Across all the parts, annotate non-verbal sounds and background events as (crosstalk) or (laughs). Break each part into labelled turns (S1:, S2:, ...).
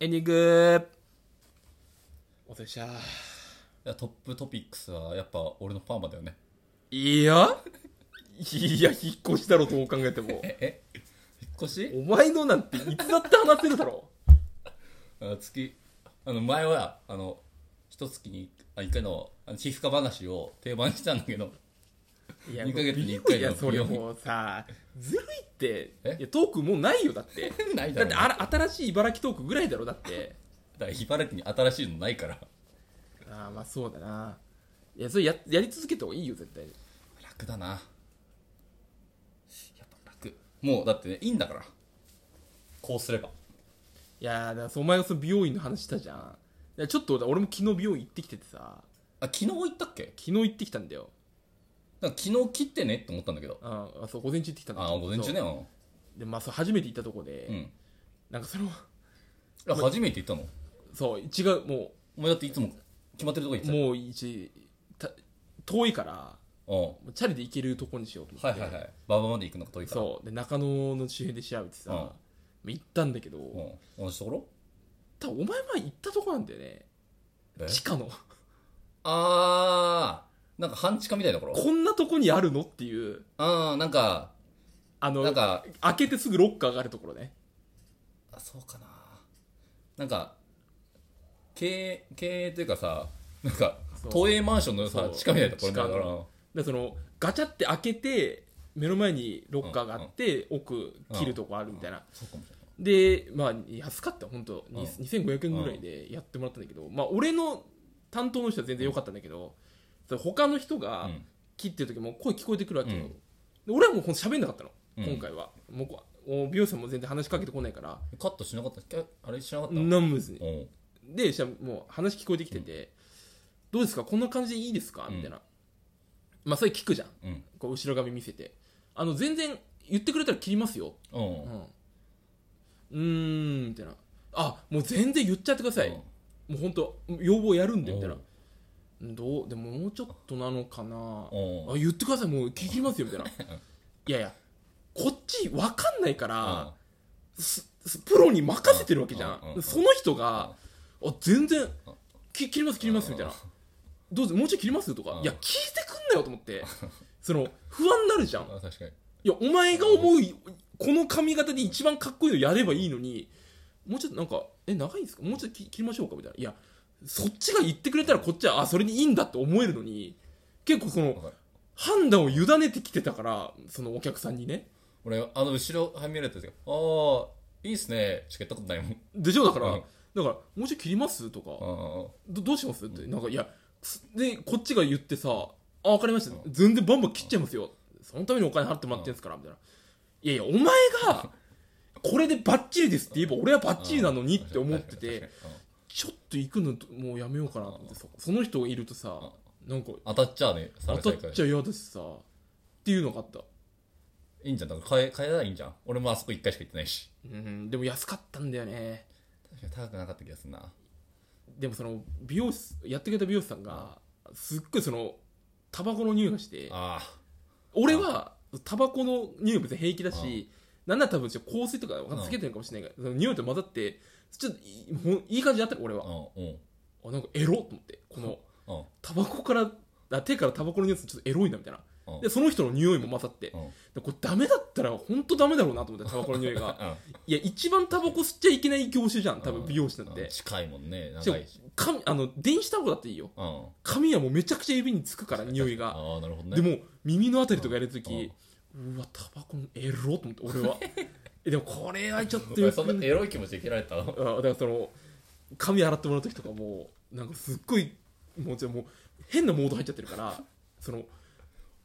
S1: エンディング
S2: お疲れっした
S3: いやトップトピックスはやっぱ俺のパーマだよね
S2: いやいや引っ越しだろどう考えても
S3: ええ引っ越し
S2: お前のなんていつだって話せるだろ
S3: あ月あの前はあの一月にあ一回のあの皮膚科話を定番にしたんだけど (laughs)
S2: いや
S3: 二ヶ月に一
S2: もう
S3: 回
S2: い
S3: の
S2: やそれもうさずるいって
S3: え
S2: いやトークもうないよだって
S3: ないだ
S2: だっ
S3: ろ
S2: てあら新しい茨城トークぐらいだろだって
S3: だから茨城に新しいのないから
S2: ああまあそうだないやそれややり続けた方がいいよ絶対に
S3: 楽だなやっぱ楽もうだってねいいんだからこうすれば
S2: いやーだからそお前がその美容院の話したじゃんいやちょっと俺も昨日美容院行ってきててさ
S3: あ昨日行ったっけ
S2: 昨日行ってきたんだよ
S3: なんか昨日切ってねって思ったんだけど
S2: うんあそう午前中行ってきたんだ
S3: あ午前中ねうん
S2: そうでまあそう初めて行ったとこで、
S3: うんい
S2: なんかその
S3: や初めて行ったの
S2: そう違うも
S3: お前だっていつも決まってるとこ行っ
S2: う
S3: て
S2: もう一た遠いから
S3: たうん
S2: もうチャリで行けるとこにしようと思
S3: は
S2: っ
S3: い
S2: て、
S3: はいはい馬場まで行くのが遠いから
S2: そうで中野の周辺で調べてさ、
S3: うん
S2: まあ行ったんだけど、
S3: うん同じところ
S2: 多分お前前行ったとこなんだよね
S3: え
S2: 地下の
S3: あーなんか半地下みたいなところ
S2: こんなとこにあるのっていう
S3: あーなんか
S2: あの
S3: なんか
S2: 開けてすぐロッカーがあるところね
S3: あそうかななんか経営経営というかさなんか
S2: そう
S3: 都営マンションの
S2: そ
S3: さ
S2: う
S3: 地下みたいなところだか
S2: 地下
S3: ら
S2: でそのガチャって開けて目の前にロッカーがあって、奥切るとこあるみたいな、
S3: そうかもしれない
S2: でまあ安かった本当に
S3: うん
S2: 2500円ぐらいでやってもらったんだけど、まあ俺の担当の人は全然良かったんだけど、その他の人が
S3: うん
S2: 切ってる時も声聞こえてくるわけよ、
S3: うん
S2: で俺はもうほんと喋んなかったの、
S3: うん
S2: 今回はもうこお美容師さんも全然話しかけてこないから
S3: カットしなかったっけあれしなかったうん
S2: 何もですねでしたらもう話聞こえてきてて、どうですかこんな感じでいいですかみたいな、まあそれ聞くじゃん
S3: うん
S2: こう後ろ髪見せてあの全然言ってくれたら切りますよ
S3: う
S2: うんんうーんみたいなあもう全然言っちゃってください、もう本当要望やるんでみたいなどうでももうちょっとなのかな
S3: うん
S2: あ言ってくださいもう聞きますよみたい
S3: (laughs)
S2: ないやいやこっち分かんないから、すすプロに任せてるわけじゃん、
S3: うんうん
S2: その人が、あ全然き切ります切りますみたいな、どうぞもうちょい切りますとか、
S3: うん
S2: いや聞いてくんなよと思ってその不安になるじゃん
S3: あ確かに
S2: いや、お前が思う、この髪型で一番かっこいいのやればいいのに、もうちょっとなんか、え、長いんですかもうちょっと切切りましょうかみたいな。いや、そっちが言ってくれたらこっちは、あ、それにいいんだって思えるのに、結構その、
S3: わかる
S2: 判断を委ねてきてたから、そのお客さんにね。
S3: 俺あの後ろはみ出られた時ああいいっすねしかやったことないもん
S2: でしょだから、
S3: うん
S2: だから、もうちょい切りますとか、
S3: あ
S2: どどうしますって、なんか、いや、すで、こっちが言ってさ、あ、わかりました。全然バンバン切っちゃいますよ。そのためにお金払ってもらってんすから、みたいな。いやいや、お前が、これでバッチリですって言えば、俺はバッチリなのにって思ってて、ちょっと行くのもうやめようかなと思って、そその人がいるとさ、なんか、
S3: 当たっちゃうね
S2: 当
S3: された
S2: た
S3: いか
S2: っ
S3: ら
S2: ちゃ嫌だしさ、っていうのがあった。
S3: いいんじゃんだから変え変えたらいいんじゃん俺もあそこ一回しか行ってないし
S2: うん、でも安かったんだよね。
S3: 確かに高くなかった気がするな
S2: でもその、美容師、やってくれた美容師さんが、すっごいその、タバコの匂いがして、
S3: あ
S2: 俺はタバコの匂い別に平気だし、なんなら多分ちょっと香水とかつけてるかもしれないから、その匂いと混ざってちょっといいほんいい感じだったの俺
S3: あう
S2: は、
S3: んうん
S2: あなんかエロと思ってこの
S3: うん
S2: タバコからあ手からタバコの匂いってちょっとエロいなみたいな、
S3: うん
S2: でその人の匂いも混ざって、
S3: うん
S2: でこれダメだったら本当ダメだろうなと思ってタバコの匂い
S3: (laughs)
S2: がいや一番タバコ吸っちゃいけない業種じゃん多分美容師なんて、
S3: 近いもんね
S2: しか
S3: 長
S2: も
S3: いし
S2: 髪あの電子タバコだっていいよ
S3: うん
S2: 髪はもうめちゃくちゃ指につくから匂いが
S3: ああなるほどね
S2: でも耳のあたりとかやるとき、うわ、タバコのエロと思って、
S3: (laughs)
S2: 俺は。えでもこれはちょっと
S3: お前
S2: よ
S3: (laughs) そ
S2: く
S3: んなエロい気持ちで切られたの
S2: あだからその、髪洗ってもらうときとかも、なんかすっごい、もうじゃあもう変なモード入っちゃってる
S3: (laughs)
S2: から、その、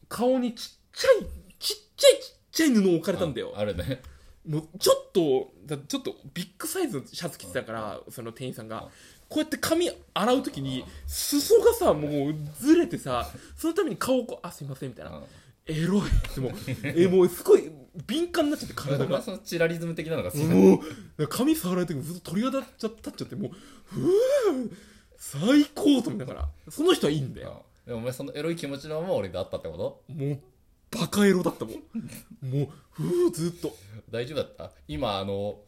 S2: 顔にちっちゃい、ちっちゃいちっちゃい布を置かれたんだよ
S3: あ。あるね
S2: もうちょっと、だちょっとビッグサイズのシャツ着てたから、その店員さんが。こうやって髪洗うときに、裾がさ、もうずれてさ、そのために顔をこう、あ、すいません、みたいな。エロいってもうえもうすごい敏感になっちゃって体
S3: お前
S2: が
S3: そのチラリズム的なのが好きなの
S2: もう髪触られてずっと鳥肌立っちゃ立っちゃってもうふう最高と思いながらその人はいいんだよ
S3: うんでもお前そのエロい気持ちのまま俺があったってこと
S2: もうバカエロだったもんもうふうずっと
S3: 大丈夫だった今あの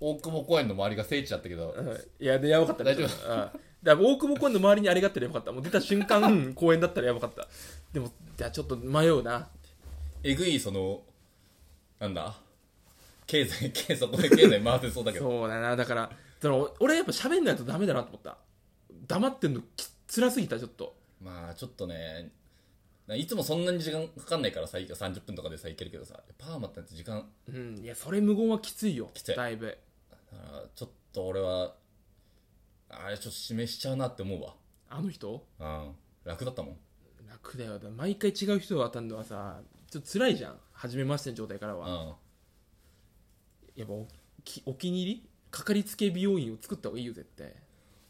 S3: 大久保公園の周りが聖地だったけど、
S2: いや、で、やばかったね
S3: 大丈夫
S2: ちょっとうんだから大久保公園の周りにあれがあったらやばかった。もう出た瞬間、公園だったらやばかった。でも、じゃあちょっと迷うな。
S3: えぐいそのなんだ経済 (laughs) 経済そこで経済回せそうだけど
S2: そうだな、だから、その俺やっぱ喋んないとダメだなと思った。黙ってんのき辛すぎた、ちょっと。
S3: まあちょっとねいつもそんなに時間かかんないからさ30分とかでさいけるけどさパーマって時間
S2: うん、いや、それ無言はきついよ。
S3: きつい
S2: だいぶ。
S3: だからちょっと俺はあれちょっと示しちゃうなって思う
S2: あの人
S3: わうん楽だったもん
S2: 楽だよ。だから毎回違う人が当たるのはさ、ちょっと辛いじゃん。初めましての状態から
S3: う
S2: は。
S3: ん
S2: やっぱおきお気に入りかかりつけ美容院を作った方がいいよ、絶対。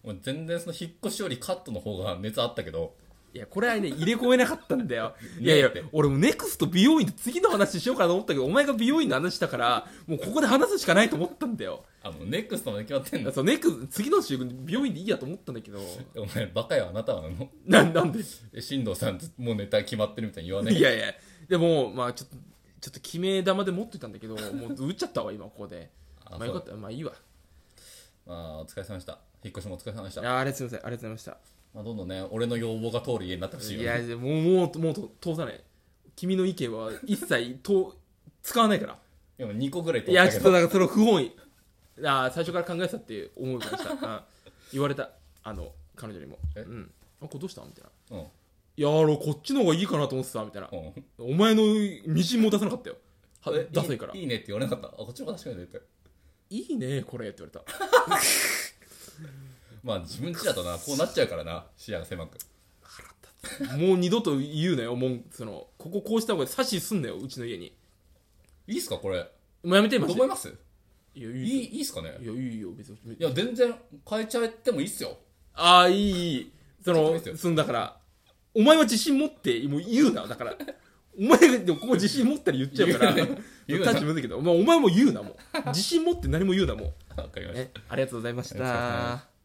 S3: 俺全然その引っ越しよりカットの方が熱あったけど
S2: いや、これは
S3: (laughs)
S2: ね、入れ込めなかったんだよ。
S3: ね
S2: いやいや、俺もネクスト美容院で次の話しようかなと思ったけど、お前が美容院の話したから、もうここで話すしかないと思ったんだよ。
S3: あのネックストまで決ま (laughs) ってんだ
S2: そう、ネク、次の週、美容院でいいやと思ったんだけど、
S3: お前バカよあなたはあの
S2: な、なんで
S3: え進藤さんもうネタ決まってるみたいに言わない
S2: いやいや、でも、まあちょっと、ちょっと決め玉で持ってたんだけど、もう打っちゃったわ、今、ここで。
S3: あ
S2: まあ
S3: そ
S2: よ
S3: う
S2: かった、まあいいわ。
S3: まあお疲れ様でした引っ越しもお疲れ様でし
S2: あ
S3: た、
S2: ーあれすみません、ありがとうござい
S3: まあ、どんどんね俺の要望が通る家になって
S2: まし
S3: ほ
S2: た。
S3: しい
S2: い
S3: よ、
S2: や、
S3: ね、
S2: でもう、もう、もうと通さない。君の意見は一切と使 (laughs) わないから。
S3: でも2個ぐらい通
S2: い
S3: っ
S2: や、
S3: た
S2: ち
S3: け
S2: ょっと
S3: ど
S2: なんかその不本意。ああ、最初から考えてたって思うからした。うん言われた。あの、彼女にも。う
S3: え
S2: ん。あ、これどうしたみたいな。
S3: うん
S2: いや、俺こっちの方がいいかなと思ってた、みたいな。
S3: うん
S2: お前のみじんも出さなかったよ。は
S3: え
S2: ダサいから。
S3: いいねって言われなかったあこっちの方が確かにって
S2: いいね、これって言われた。
S3: まあ自分ちだ
S2: (laughs)
S3: となこうなっちゃうからな視野が狭く
S2: もう二度と言うなよ、もう、その、こここうした方が指しすんなよ、うちの家に。
S3: いいっすかこれ
S2: もうやめて、
S3: ど
S2: マ
S3: う
S2: ジ
S3: 思
S2: で
S3: い。ます
S2: いや、
S3: い
S2: い
S3: い
S2: い
S3: いいっすかね
S2: いや、いいよ、別に
S3: い。や全然変えちゃってもいいっすよ
S2: ああ、いい、いい。そ
S3: ちょっと
S2: の
S3: 見て、よ
S2: そのだから、お前は自信持って、もう言うな、だから。お前が、でもここ自信持ったら言っちゃうから、
S3: 言うな言うな
S2: 立ちむずいけど、お前お前も言うな、もう。自信持って何も言うな、も
S3: わか
S2: (laughs)
S3: り
S2: う。
S3: ました
S2: ね、ありがとうございまし
S3: ありがとうございま
S2: た
S3: す。